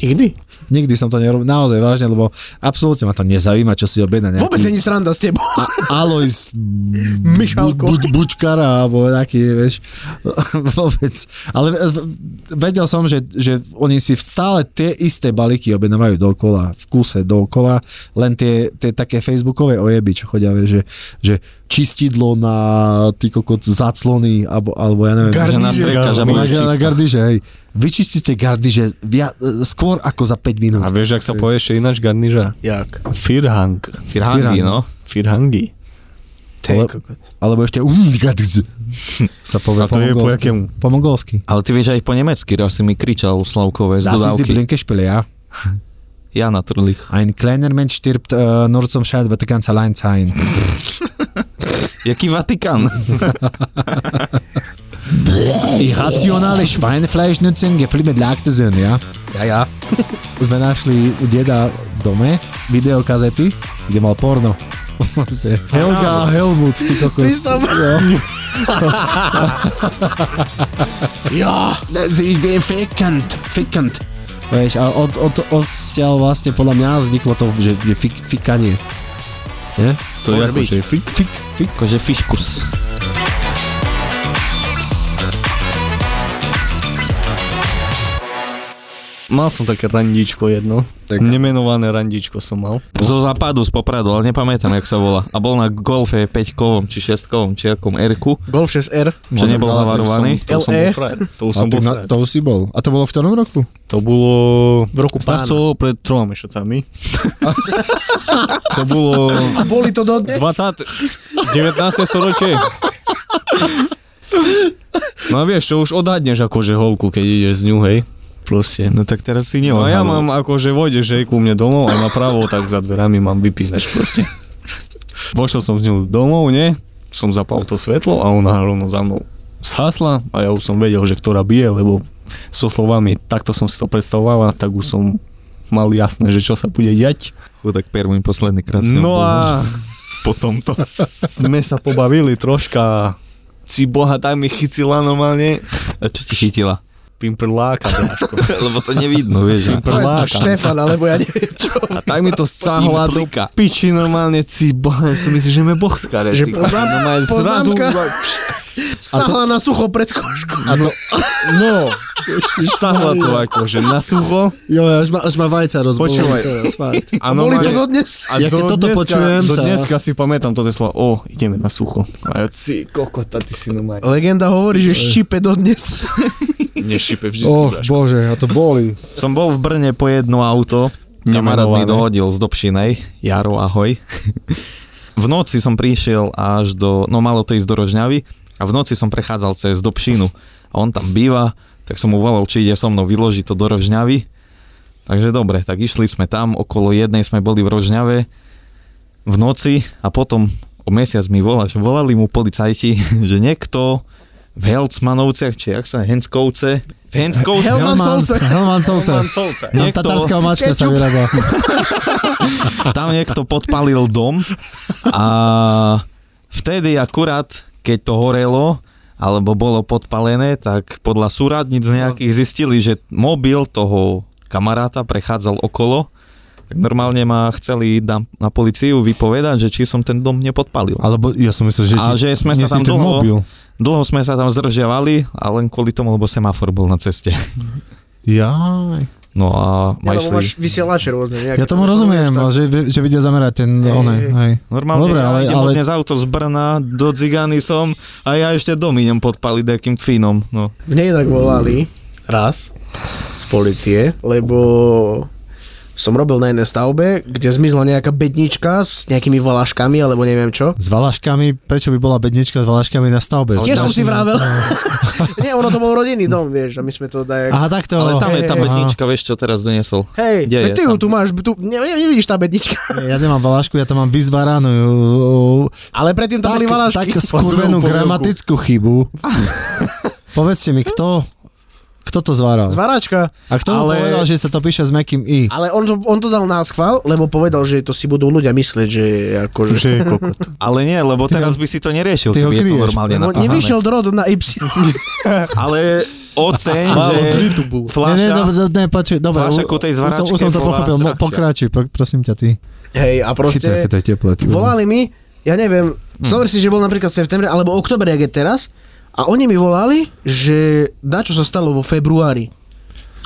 [SPEAKER 4] Nikdy?
[SPEAKER 2] Nikdy som to nerobil, naozaj vážne, lebo absolútne ma to nezaujíma, čo si objedná nejaký...
[SPEAKER 4] Vôbec není sranda s tebou.
[SPEAKER 2] A- Alois
[SPEAKER 4] Mišalko.
[SPEAKER 2] buď, buď, bučkara, alebo taký, vieš, vôbec. Ale e, v- vedel som, že, že oni si stále tie isté balíky objednávajú dokola, v kuse dokola, len tie, tie také facebookové ojeby, čo chodia, vieš, že, že čistidlo na ty kokot zaclony, alebo, alebo ja neviem.
[SPEAKER 3] Že nás treka, že bude
[SPEAKER 2] na, na
[SPEAKER 3] čisto.
[SPEAKER 2] gardiže, hej. Vyčistíte gardiže via, e, skôr ako za 5 minút.
[SPEAKER 5] A vieš, ak sa povie ešte ináč garniža?
[SPEAKER 4] Jak?
[SPEAKER 5] Firhang.
[SPEAKER 3] Firhangi, no.
[SPEAKER 5] Firhangi.
[SPEAKER 2] Ale- Alebo ešte Mm, umdgadz sa povie
[SPEAKER 5] A to
[SPEAKER 2] po
[SPEAKER 5] je po
[SPEAKER 2] mongolsky.
[SPEAKER 5] jakému?
[SPEAKER 2] Po mongolsky.
[SPEAKER 3] Ale ty vieš aj po nemecky, raz si mi kričal Slavkové z
[SPEAKER 2] Das ist die
[SPEAKER 3] dodávky.
[SPEAKER 2] blinke Spille, ja.
[SPEAKER 3] Ja naturlich.
[SPEAKER 2] Ein kleiner Mensch stirbt, äh, nur zum Scheid wird er ganz allein sein.
[SPEAKER 3] Jaký Vatikán?
[SPEAKER 2] Irrationale Schweinefleischnützen, gefüllt mit Laktesön, ja.
[SPEAKER 4] Ja, ja.
[SPEAKER 2] Sme našli u deda v dome videokazety, kde mal porno. Vlastne. Helga a Helmut, ty kokos.
[SPEAKER 4] Ty som-
[SPEAKER 2] Jo. ja, ich bin fickend, fickend. Vieš, a äh, od, od, odtiaľ vlastne podľa mňa vzniklo to, že, že fik, fikanie. Nie?
[SPEAKER 5] To je ako, že fik.
[SPEAKER 2] Fik, fik.
[SPEAKER 3] Akože fiškus.
[SPEAKER 5] Mal som také randičko jedno. Tak. Nemenované randičko som mal.
[SPEAKER 3] Zo západu, z Popradu, ale nepamätám, jak sa volá. A bol na golfe 5-kovom, či 6-kovom, či akom R-ku,
[SPEAKER 4] Golf 6R.
[SPEAKER 3] čo
[SPEAKER 2] No,
[SPEAKER 3] nebol E?
[SPEAKER 2] ale tak
[SPEAKER 3] navarovaný.
[SPEAKER 5] To som
[SPEAKER 4] LE.
[SPEAKER 5] bol frajer. To
[SPEAKER 2] A
[SPEAKER 5] som
[SPEAKER 2] ty
[SPEAKER 5] bol
[SPEAKER 2] na,
[SPEAKER 5] frajer.
[SPEAKER 2] to už si bol. A to bolo v ktorom roku?
[SPEAKER 5] To bolo...
[SPEAKER 4] V roku
[SPEAKER 5] Znáš
[SPEAKER 4] pána.
[SPEAKER 5] to pred troma mešacami. to bolo
[SPEAKER 4] Boli to do dnes?
[SPEAKER 5] 20... 19. storočie. No a vieš, čo už odhadneš akože holku, keď ideš z ňu, hej? Proste.
[SPEAKER 3] No tak teraz si
[SPEAKER 5] No a ja
[SPEAKER 3] neodhadol.
[SPEAKER 5] mám akože vojdeš hej ku mne domov a napravo tak za dverami mám vypínač proste. Vošiel som z ňou domov, ne? Som zapal to svetlo a ona rovno za mnou zhasla a ja už som vedel, že ktorá bije, lebo so slovami takto som si to predstavovala, tak už som mal jasné, že čo sa bude diať.
[SPEAKER 3] Chudák Pervin posledný krát s ňou
[SPEAKER 5] No
[SPEAKER 3] bol.
[SPEAKER 5] a po tomto sme sa pobavili troška. Si boha, tak mi chycila normálne
[SPEAKER 3] A čo ti chytila?
[SPEAKER 5] pimprláka, bráško.
[SPEAKER 3] Lebo to nevidno, vieš. že?
[SPEAKER 4] To
[SPEAKER 5] Pimprláka.
[SPEAKER 4] Štefan, alebo ja neviem čo.
[SPEAKER 5] A tak mi to sáhla do
[SPEAKER 3] plika.
[SPEAKER 5] piči normálne, ci bohe, som myslí, že me boh skare.
[SPEAKER 4] Že
[SPEAKER 5] ty.
[SPEAKER 4] poznám-
[SPEAKER 5] Normálne zrazu,
[SPEAKER 4] poznámka.
[SPEAKER 5] iba
[SPEAKER 4] Stahla na sucho pred košku.
[SPEAKER 2] A to, no,
[SPEAKER 5] sáhla to akože na sucho.
[SPEAKER 2] jo, až ma, až ma vajca rozbolí.
[SPEAKER 5] Počúvaj.
[SPEAKER 2] To je fakt.
[SPEAKER 5] A
[SPEAKER 4] Boli to
[SPEAKER 5] normálne-
[SPEAKER 4] do dnes?
[SPEAKER 5] A
[SPEAKER 2] Ja keď toto
[SPEAKER 5] dneska,
[SPEAKER 2] počujem,
[SPEAKER 5] do
[SPEAKER 2] tá-
[SPEAKER 5] dneska si pamätám toto slovo, o, ideme na sucho. A ja, ci kokota, ty si normálne.
[SPEAKER 4] Legenda hovorí, že šípe do dnes.
[SPEAKER 5] Nešipe vždy.
[SPEAKER 2] Och, bože, a to boli.
[SPEAKER 3] Som bol v Brne po jedno auto, kamarát mi
[SPEAKER 5] Nemenované.
[SPEAKER 3] dohodil z Dobšinej, Jaro, ahoj. V noci som prišiel až do, no malo to ísť do Rožňavy a v noci som prechádzal cez Dobšinu a on tam býva, tak som mu volal, či ide so mnou vyložiť to do Rožňavy. Takže dobre, tak išli sme tam, okolo jednej sme boli v Rožňave v noci a potom o mesiac mi volá, že volali mu policajti, že niekto v Helcmanovciach, či jak sa, Henskovce, v Henskovce,
[SPEAKER 2] Helmans,
[SPEAKER 4] Helmancovce.
[SPEAKER 2] Helmancovce.
[SPEAKER 5] Solca.
[SPEAKER 2] Tam
[SPEAKER 3] Niekto-
[SPEAKER 2] tatárská mačka sa
[SPEAKER 4] Kečup.
[SPEAKER 2] vyrába.
[SPEAKER 3] tam niekto podpalil dom a vtedy akurát, keď to horelo, alebo bolo podpalené, tak podľa súradnic nejakých zistili, že mobil toho kamaráta prechádzal okolo, tak normálne ma chceli na, na policiu vypovedať, že či som ten dom nepodpalil.
[SPEAKER 2] Alebo ja som myslel, že,
[SPEAKER 3] A
[SPEAKER 2] ti-
[SPEAKER 3] že sme sa
[SPEAKER 2] nie si
[SPEAKER 3] tam
[SPEAKER 2] ten
[SPEAKER 3] dlho-
[SPEAKER 2] mobil.
[SPEAKER 3] Dlho sme sa tam zdržiavali, ale len kvôli tomu, lebo semafor bol na ceste.
[SPEAKER 2] Jaj.
[SPEAKER 3] No a
[SPEAKER 4] Ja,
[SPEAKER 3] ma
[SPEAKER 4] lebo máš
[SPEAKER 3] išli...
[SPEAKER 4] vysielače rôzne. Nejaké,
[SPEAKER 2] Ja tomu rozumiem, ale že, že vedia zamerať ten
[SPEAKER 4] Hej,
[SPEAKER 2] one,
[SPEAKER 4] hej.
[SPEAKER 2] hej.
[SPEAKER 3] Normálne
[SPEAKER 2] Dobre, ale,
[SPEAKER 3] ja idem
[SPEAKER 2] ale
[SPEAKER 3] ale... dnes auto z Brna, do Cigany som a ja ešte dom idem podpaliť nejakým fínom. No.
[SPEAKER 4] Mne inak volali raz z policie, lebo som robil na jednej stavbe, kde zmizla nejaká bednička s nejakými valaškami alebo neviem čo.
[SPEAKER 2] s valaškami, prečo by bola bednička s valaškami na stavbe?
[SPEAKER 4] Tiež som
[SPEAKER 2] Našim-
[SPEAKER 4] si vravel. Nie, ono to bol rodinný dom, vieš, a my sme to daj...
[SPEAKER 2] Aha, takto.
[SPEAKER 3] Ale tam je tá
[SPEAKER 4] No, hej, hej.
[SPEAKER 3] bednička, vieš čo teraz donesol.
[SPEAKER 4] Hej,
[SPEAKER 3] Kde
[SPEAKER 4] veď
[SPEAKER 3] je
[SPEAKER 4] ty ju
[SPEAKER 3] tam?
[SPEAKER 4] tu máš, tu, ne, ne, nevidíš tá bednička.
[SPEAKER 2] Ja nemám valašku, ja tam mám vyzvaranú
[SPEAKER 4] Ale predtým tam
[SPEAKER 2] tak,
[SPEAKER 4] boli valašky.
[SPEAKER 2] tak skurvenú
[SPEAKER 5] Pozrú po
[SPEAKER 2] gramatickú chybu. Povedzte mi, kto, kto to zváral?
[SPEAKER 4] Zvaračka.
[SPEAKER 2] A kto ale...
[SPEAKER 5] Ale-
[SPEAKER 2] povedal, že sa to píše s mekým i?
[SPEAKER 4] Ale on to, on to dal na schvál, lebo povedal, že to si budú ľudia myslieť, že je akože...
[SPEAKER 5] Že je kokot.
[SPEAKER 3] Ale nie, lebo teraz by si to neriešil,
[SPEAKER 2] ty ho
[SPEAKER 3] keby je to
[SPEAKER 2] kryješ.
[SPEAKER 3] normálne
[SPEAKER 4] Lebo
[SPEAKER 3] napísané.
[SPEAKER 4] nevyšiel drod na Y.
[SPEAKER 3] Ale oceň,
[SPEAKER 5] Málo
[SPEAKER 3] že
[SPEAKER 5] dritu bolo.
[SPEAKER 2] Ne, ne,
[SPEAKER 3] fľaša...
[SPEAKER 2] ne,
[SPEAKER 4] no,
[SPEAKER 2] ne, ne počuj, dobre,
[SPEAKER 3] Fľaša ku tej
[SPEAKER 2] už som,
[SPEAKER 3] zvaračke
[SPEAKER 2] už som to
[SPEAKER 3] bola
[SPEAKER 2] pochopil, mo-
[SPEAKER 3] drahšia.
[SPEAKER 2] pokračuj, po, prosím ťa ty.
[SPEAKER 4] Hej, a proste...
[SPEAKER 2] Chytaj, chytaj teplé. ty.
[SPEAKER 4] volali mi, ja neviem, zober si, že bol napríklad september alebo október, jak je teraz, a oni mi volali, že dačo sa stalo vo februári.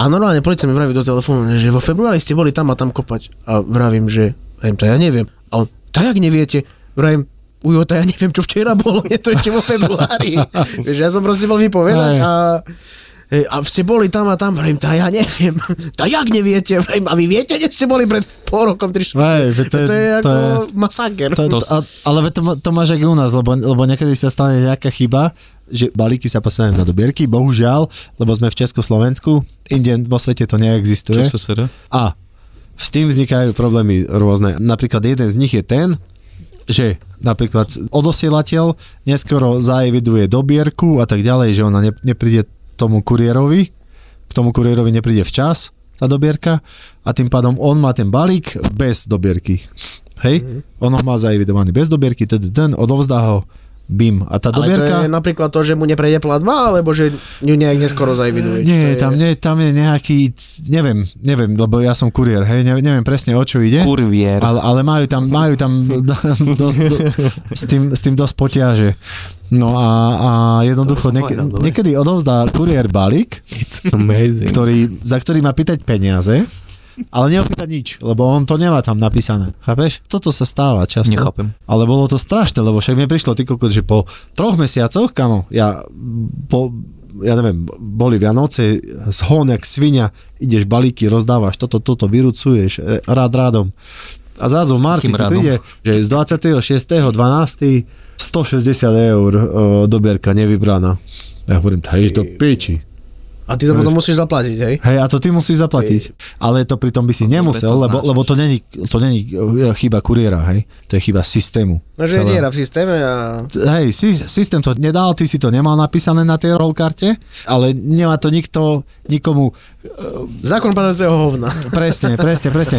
[SPEAKER 4] A normálne policia mi vraví do telefónu, že vo februári ste boli tam a tam kopať. A vravím, že viem, to ja neviem. A on, to jak neviete? Vravím, ujo, to ja neviem, čo včera bolo, je to ešte vo februári. Vieš, ja som proste bol vypovedať
[SPEAKER 2] Hej.
[SPEAKER 4] a Hej, E, a ste boli tam a tam, vrajím, tá ja neviem. Tá jak neviete, vrajím, a vy viete, kde ste boli pred pol rokom, tri štvrte?
[SPEAKER 2] Hej, veď to je-
[SPEAKER 4] to je
[SPEAKER 2] to
[SPEAKER 4] ako
[SPEAKER 2] je-
[SPEAKER 4] masaker.
[SPEAKER 2] To, to,
[SPEAKER 3] No, To
[SPEAKER 2] a, ale veď to, ma- to máš aj u nás, lebo, lebo niekedy sa stane nejaká chyba, že balíky sa posielajú na dobierky, bohužiaľ, lebo sme v Československu, inde vo svete to
[SPEAKER 4] no.
[SPEAKER 2] neexistuje.
[SPEAKER 3] Čo sa sere?
[SPEAKER 2] A s tým vznikajú problémy rôzne. Napríklad jeden z nich je ten, že napríklad odosielateľ neskoro zaeviduje dobierku a tak ďalej, že ona ne, nepríde tomu kuriérovi, k tomu kuriérovi nepríde včas tá dobierka a tým pádom on má ten balík bez dobierky. Hej?
[SPEAKER 4] Mhm.
[SPEAKER 2] Mm-hmm. On ho má zaevidovaný bez dobierky, teda ten odovzdá ho, bim. A tá
[SPEAKER 4] Ale
[SPEAKER 2] dobierka...
[SPEAKER 4] to je napríklad to, že mu neprejde platba, alebo že ju nejak neskoro zajviduje.
[SPEAKER 2] Nie,
[SPEAKER 4] To je-
[SPEAKER 2] tam, nie, tam je nejaký, c- neviem, neviem, lebo ja som kuriér, hej, ne, neviem presne o čo ide.
[SPEAKER 3] Kurvier.
[SPEAKER 2] Ale, ale majú tam, majú tam do- dosť, do, s, tým, s tým dosť potiaže. No a, a jednoducho,
[SPEAKER 3] To som
[SPEAKER 2] niek-
[SPEAKER 3] povedal, dobre.
[SPEAKER 2] niekedy odovzdá kuriér balík,
[SPEAKER 5] Amazing.
[SPEAKER 2] ktorý, za ktorý má pýtať peniaze, ale neopýta nič, lebo on to nemá tam napísané. Chápeš? Toto sa stáva často.
[SPEAKER 3] Nechápem.
[SPEAKER 2] Ale bolo to strašné, lebo však mi prišlo ty kokot, že po troch mesiacoch, kamo, ja po ja neviem, boli Vianoce, zhon jak svinia, ideš balíky, rozdávaš toto, toto, vyrucuješ, e, rád rádom. A zrazu v marci ti
[SPEAKER 3] Akým radom?
[SPEAKER 2] príde, že z 26.12. 160 eur e, dobierka nevybraná. Ja hovorím, tá ideš do piči.
[SPEAKER 4] A ty to potom musíš zaplatiť, hej?
[SPEAKER 2] Hej, a to ty musíš zaplatiť. Ale to pritom by si nemusel,
[SPEAKER 3] to
[SPEAKER 2] lebo,
[SPEAKER 3] znášaš.
[SPEAKER 2] lebo to není, to není e, chyba kuriéra, hej. To je chyba systému.
[SPEAKER 4] No, že je
[SPEAKER 2] celého.
[SPEAKER 4] diera v systéme a...
[SPEAKER 2] Hej, sy- systém to nedal, ty si to nemal napísané na tej rollkarte, ale nemá to nikto, nikomu.
[SPEAKER 4] Zákon padajúceho hovna.
[SPEAKER 2] Presne, presne, presne.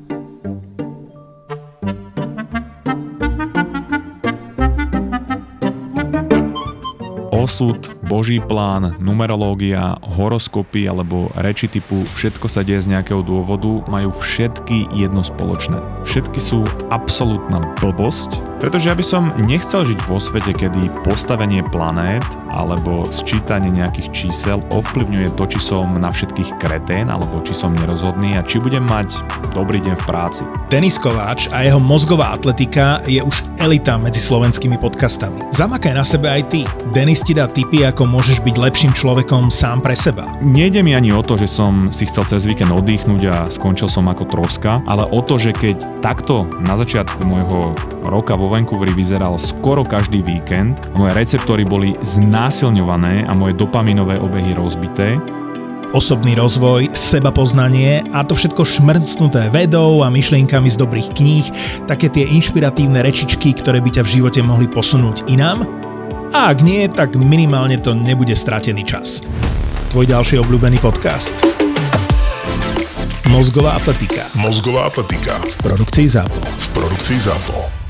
[SPEAKER 6] Osud, boží plán, numerológia, horoskopy alebo reči typu všetko sa deje z nejakého dôvodu majú všetky jedno spoločné. Všetky sú absolútna blbosť, pretože ja by som nechcel žiť vo svete, kedy postavenie planét alebo sčítanie nejakých čísel ovplyvňuje to, či som na všetkých kretén alebo či som nerozhodný a či budem mať dobrý deň v práci.
[SPEAKER 1] Denis Kováč a jeho mozgová atletika je už elita medzi slovenskými podcastami. Zamakaj na sebe aj ty. Denis ti dá tipy, ako môžeš byť lepším človekom sám pre seba.
[SPEAKER 6] Nejde mi ani o to, že som si chcel cez víkend oddychnúť a skončil som ako troska, ale o to, že keď takto na začiatku môjho roka vo Vancouveri vyzeral skoro každý víkend, moje receptory boli znásilňované a moje dopaminové obehy rozbité,
[SPEAKER 1] Osobný rozvoj, sebapoznanie a to všetko šmrcnuté vedou a myšlienkami z dobrých kníh, také tie inšpiratívne rečičky, ktoré by ťa v živote mohli posunúť inám. A ak nie, tak minimálne to nebude stratený čas. Tvoj ďalší obľúbený podcast. Mozgová atletika
[SPEAKER 7] Mozgová atletika
[SPEAKER 1] v produkcii ZAPO.
[SPEAKER 7] v produkcii ZAPO.